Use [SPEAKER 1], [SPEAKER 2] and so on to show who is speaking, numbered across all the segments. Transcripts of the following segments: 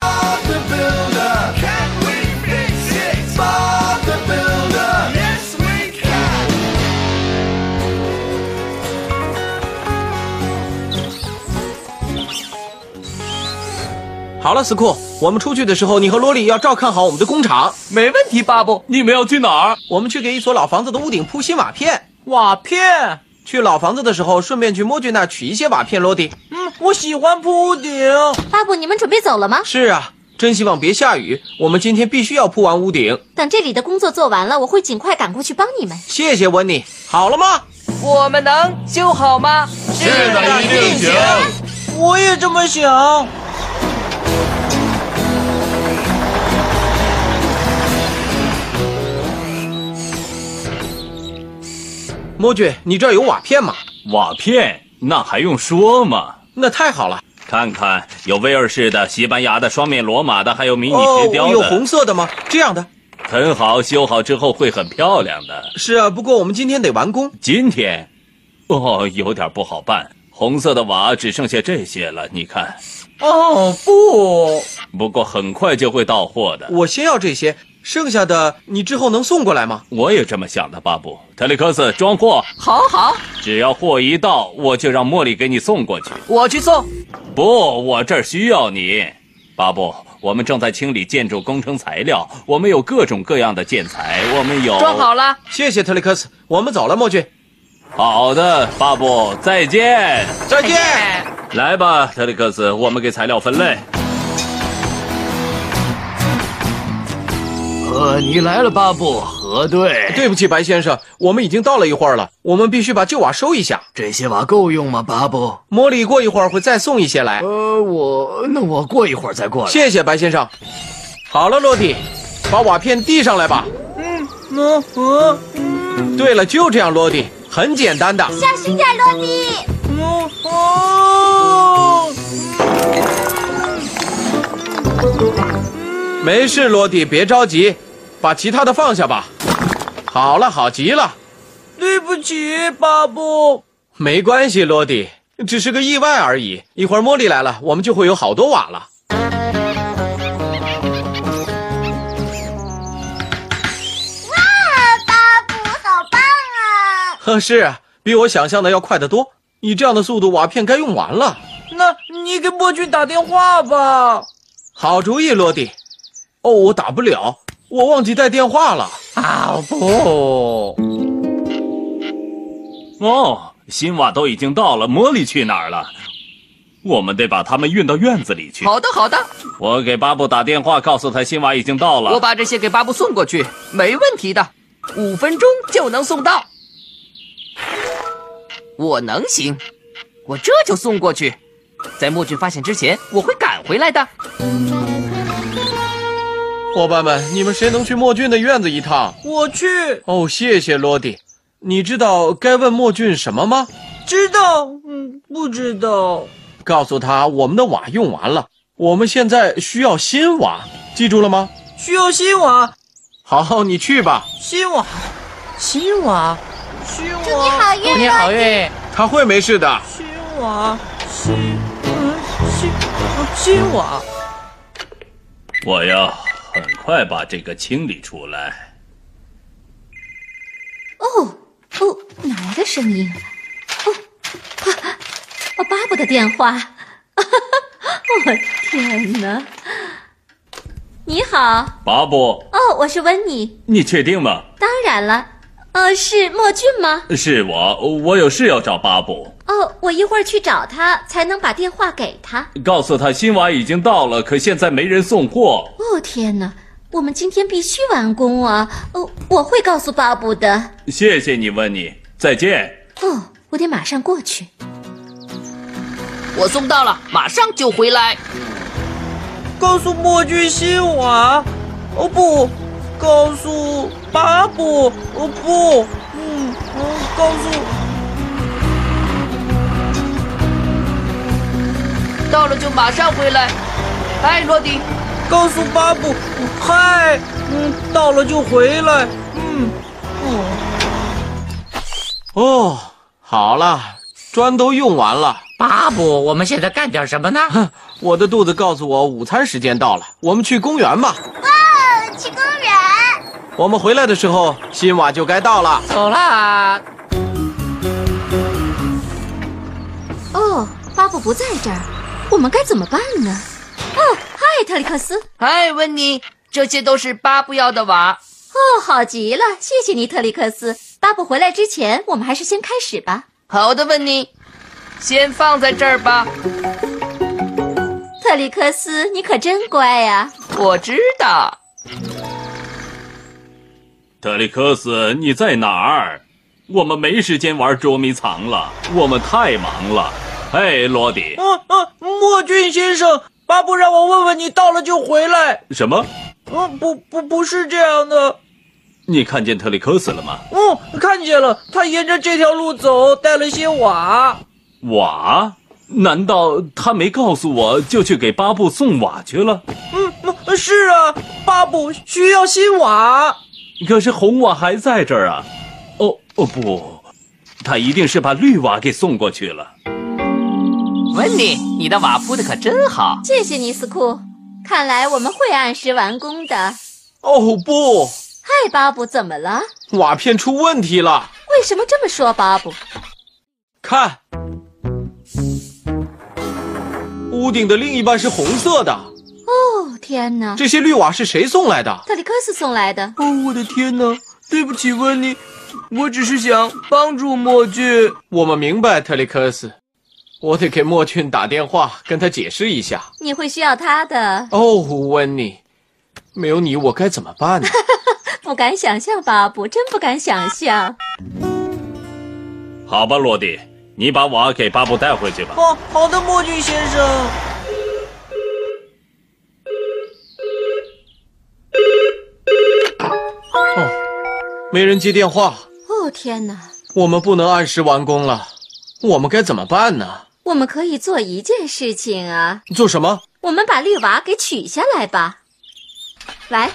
[SPEAKER 1] Bob the Builder. Can we fix it? Bob the Builder. Yes, we can.
[SPEAKER 2] 好了，斯库，我们出去的时候，你和罗莉要照看好我们的工厂。
[SPEAKER 3] 没问题，巴布。你们要去哪儿？
[SPEAKER 2] 我们去给一所老房子的屋顶铺新瓦片。
[SPEAKER 3] 瓦片。
[SPEAKER 2] 去老房子的时候，顺便去摸具那儿取一些瓦片。罗迪，
[SPEAKER 3] 嗯，我喜欢铺屋顶。
[SPEAKER 4] 巴布，你们准备走了吗？
[SPEAKER 2] 是啊，真希望别下雨。我们今天必须要铺完屋顶。
[SPEAKER 4] 等这里的工作做完了，我会尽快赶过去帮你们。
[SPEAKER 2] 谢谢温妮。好了吗？
[SPEAKER 5] 我们能修好吗？是
[SPEAKER 1] 的一定行
[SPEAKER 3] 我也这么想。
[SPEAKER 2] 摸具，你这儿有瓦片吗？
[SPEAKER 6] 瓦片，那还用说吗？
[SPEAKER 2] 那太好了。
[SPEAKER 6] 看看，有威尔士的、西班牙的、双面罗马的，还有迷你
[SPEAKER 2] 哦，
[SPEAKER 6] 石雕
[SPEAKER 2] 有
[SPEAKER 6] 的，
[SPEAKER 2] 红色的吗？这样的。
[SPEAKER 6] 很好，修好之后会很漂亮的。
[SPEAKER 2] 是啊，不过我们今天得完工。
[SPEAKER 6] 今天，哦，有点不好办，红色的瓦只剩下这些了。你看，
[SPEAKER 3] 哦不，
[SPEAKER 6] 不过很快就会到货的。
[SPEAKER 2] 我先要这些，剩下的你之后能送过来吗？
[SPEAKER 6] 我也这么想的，巴布。特里克斯，装货，
[SPEAKER 5] 好好，
[SPEAKER 6] 只要货一到，我就让茉莉给你送过去。
[SPEAKER 5] 我去送。
[SPEAKER 6] 不，我这儿需要你，巴布。我们正在清理建筑工程材料，我们有各种各样的建材，我们有
[SPEAKER 5] 装好了，
[SPEAKER 2] 谢谢特里克斯，我们走了，墨具，
[SPEAKER 6] 好的，巴布，再见。
[SPEAKER 2] 再见。
[SPEAKER 6] 来吧，特里克斯，我们给材料分类。
[SPEAKER 7] 呃，你来了，巴布，核对
[SPEAKER 2] 对不起，白先生，我们已经到了一会儿了，我们必须把旧瓦收一下。
[SPEAKER 7] 这些瓦够用吗，巴布？
[SPEAKER 2] 莫里过一会儿会再送一些来。
[SPEAKER 7] 呃，我那我过一会儿再过来。
[SPEAKER 2] 谢谢白先生。好了，落地，把瓦片递上来吧。
[SPEAKER 3] 嗯嗯
[SPEAKER 2] 对了，就这样，落地，很简单的。
[SPEAKER 4] 小心点，罗迪。
[SPEAKER 3] 嗯哦。
[SPEAKER 2] 没事，落地，别着急，把其他的放下吧。好了，好极了，
[SPEAKER 3] 对不起，巴布。
[SPEAKER 2] 没关系，落地，只是个意外而已。一会儿茉莉来了，我们就会有好多瓦了。
[SPEAKER 4] 巴布，好棒啊！
[SPEAKER 2] 呵，是啊，比我想象的要快得多。以这样的速度，瓦片该用完了。
[SPEAKER 3] 那你给墨君打电话吧。
[SPEAKER 2] 好主意，落地。哦，我打不了，我忘记带电话了。
[SPEAKER 3] 啊不，
[SPEAKER 6] 哦，新瓦都已经到了，茉莉去哪儿了？我们得把它们运到院子里去。
[SPEAKER 5] 好的好的，
[SPEAKER 6] 我给巴布打电话，告诉他新瓦已经到
[SPEAKER 5] 我
[SPEAKER 6] 了。
[SPEAKER 5] 把这些给巴布送过去，没问题的，五分钟就能送到。我能行，我这就送过去，在墨俊发现之前，我会赶回来的。
[SPEAKER 2] 伙伴们，你们谁能去莫俊的院子一趟？
[SPEAKER 3] 我去，
[SPEAKER 2] 哦，谢谢罗迪。你知道该问莫俊什么吗？
[SPEAKER 3] 知道，嗯，不知道。
[SPEAKER 2] 告诉他我们的瓦用完了，我们现在需要新瓦，记住了吗？
[SPEAKER 3] 需要新瓦，
[SPEAKER 2] 好，你去吧。
[SPEAKER 3] 新瓦，新瓦，新瓦。
[SPEAKER 4] 祝你好运，
[SPEAKER 5] 你好运，
[SPEAKER 2] 他会没事的。
[SPEAKER 3] 新瓦，新，嗯，新，新瓦。
[SPEAKER 6] 我要很快把这个清理出来。
[SPEAKER 4] 哦哦，哪来的声音？哦，啊，啊巴布的电话。 我天哪！你好，
[SPEAKER 6] 巴布，
[SPEAKER 4] 哦，我是温妮。
[SPEAKER 6] 你确定吗？
[SPEAKER 4] 当然了，呃，是莫俊吗？
[SPEAKER 6] 是我，我有事要找巴布，
[SPEAKER 4] 哦，我一会儿去找他，才能把电话给他。
[SPEAKER 6] 告诉他新瓦已经到了，可现在没人送货。
[SPEAKER 4] 哦天哪，我们今天必须完工啊！哦，我会告诉巴布的。
[SPEAKER 6] 谢谢你，温妮，再见。
[SPEAKER 4] 哦，我得马上过去。
[SPEAKER 5] 我送到了，马上就回来。
[SPEAKER 3] 告诉墨君新瓦，哦不，告诉巴布，哦不，嗯嗯，告诉
[SPEAKER 5] 到了就马上回来。嗨，罗迪，
[SPEAKER 3] 告诉巴布，嗨，嗯，到了就回来。嗯，
[SPEAKER 2] 哦，好了，砖都用完了。
[SPEAKER 5] 巴布，我们现在干点什么呢？
[SPEAKER 2] 我的肚子告诉我午餐时间到了，我们去公园吧。
[SPEAKER 4] 呃，去公园。
[SPEAKER 2] 我们回来的时候，新瓦就该到了。
[SPEAKER 5] 走啦！
[SPEAKER 4] 哦，巴布不在这儿，我们该怎么办呢？哦，嗨，特里克斯。
[SPEAKER 5] 嗨，哎温妮，这些都是巴布要的瓦。
[SPEAKER 4] 哦，好极了，谢谢你，特里克斯。巴布回来之前，我们还是先开始吧。
[SPEAKER 5] 好的，温妮，先放在这儿吧。
[SPEAKER 4] 特里克斯，你可真乖呀、
[SPEAKER 5] 我知道，
[SPEAKER 6] 特里克斯，你在哪儿？我们没时间玩捉迷藏了，我们太忙了。哎，罗迪，
[SPEAKER 3] 啊啊，莫俊先生，巴布让我问问你，到了就回来。
[SPEAKER 6] 什么？
[SPEAKER 3] 嗯，不不不是这样的。
[SPEAKER 6] 你看见特里克斯了吗？
[SPEAKER 3] 嗯，看见了，他沿着这条路走，带了些瓦。
[SPEAKER 6] 瓦？难道他没告诉我就去给巴布送瓦去了？
[SPEAKER 3] 嗯，嗯是啊，巴布需要新瓦。
[SPEAKER 6] 可是红瓦还在这儿啊！哦哦不，他一定是把绿瓦给送过去了。
[SPEAKER 5] 温妮，你的瓦铺的可真好。
[SPEAKER 4] 谢谢你，斯库。看来我们会按时完工的。
[SPEAKER 2] 哦不，
[SPEAKER 4] 嗨，巴布，怎么了？
[SPEAKER 2] 瓦片出问题了，
[SPEAKER 4] 为什么这么说，巴布？
[SPEAKER 2] 看，屋顶的另一半是红色的，
[SPEAKER 4] 哦，天哪！
[SPEAKER 2] 这些绿瓦是谁送来的？
[SPEAKER 4] 特里克斯送来的。
[SPEAKER 3] 哦，我的天哪！对不起，温妮，我只是想帮助墨俊。
[SPEAKER 2] 我们明白，特里克斯，我得给莫俊打电话，跟他解释一下。
[SPEAKER 4] 你会需要它的，
[SPEAKER 2] 哦，温妮，没有你我该怎么办呢？
[SPEAKER 4] 不敢想象，巴布，真不敢想象。
[SPEAKER 6] 好吧，罗迪，你把瓦给巴布带回去吧。
[SPEAKER 3] 哦，好的，墨俊先生。
[SPEAKER 2] 没人接电话，
[SPEAKER 4] 哦，天哪！
[SPEAKER 2] 我们不能按时完工了，我们该怎么办呢？
[SPEAKER 4] 我们可以做一件事情啊，
[SPEAKER 2] 做什么？
[SPEAKER 4] 我们把绿娃给取下来吧。来，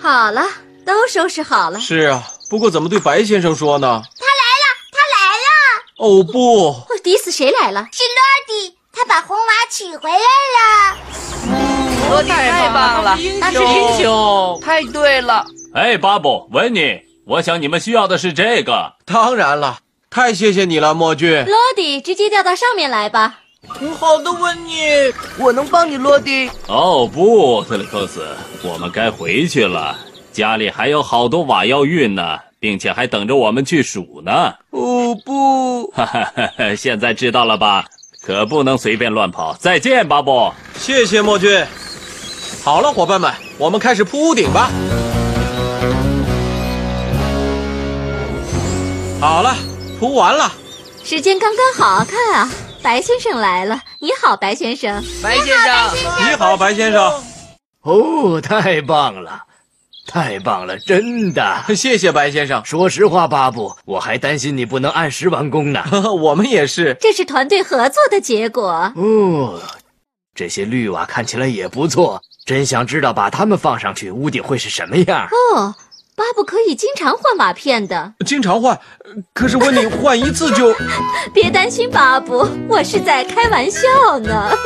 [SPEAKER 4] 好了，都收拾好了。
[SPEAKER 2] 是啊，不过怎么对白先生说呢？他来了，他来了！哦不，
[SPEAKER 4] 哦，迪斯，谁来了？
[SPEAKER 8] 是落地，他把红娃取回来了。
[SPEAKER 5] 罗迪太棒了，他是英雄。太对了，
[SPEAKER 6] 哎，巴布，温妮，我想你们需要的是这个。
[SPEAKER 2] 当然了，太谢谢你了，莫俊。
[SPEAKER 4] 罗迪，直接调到上面来吧。
[SPEAKER 3] 嗯好的，温妮。
[SPEAKER 5] 我能帮你，罗迪。
[SPEAKER 6] 哦不，特里克斯，我们该回去了，家里还有好多瓦要运呢，并且还等着我们去数呢。
[SPEAKER 3] 哦不，
[SPEAKER 6] 哈哈哈哈，现在知道了吧？可不能随便乱跑。再见，巴布。
[SPEAKER 2] 谢谢莫俊。好了，伙伴们，我们开始铺屋顶吧。好了，铺完了。
[SPEAKER 4] 时间刚刚好，看啊，白先生来了。你好，白先生。
[SPEAKER 5] 白先生，
[SPEAKER 2] 你好，哎白先生，
[SPEAKER 7] 哦，太棒了，太棒了，真的。
[SPEAKER 2] 谢谢白先生，
[SPEAKER 7] 说实话，巴布，我还担心你不能按时完工呢。
[SPEAKER 2] 我们也是。
[SPEAKER 4] 这是团队合作的结果。
[SPEAKER 7] 哦，这些绿瓦看起来也不错，真想知道把它们放上去，屋顶会是什么样。
[SPEAKER 4] 哦，巴布可以经常换瓦片的，
[SPEAKER 2] 经常换，可是问你换一次就……
[SPEAKER 4] 别担心，巴布，我是在开玩笑呢。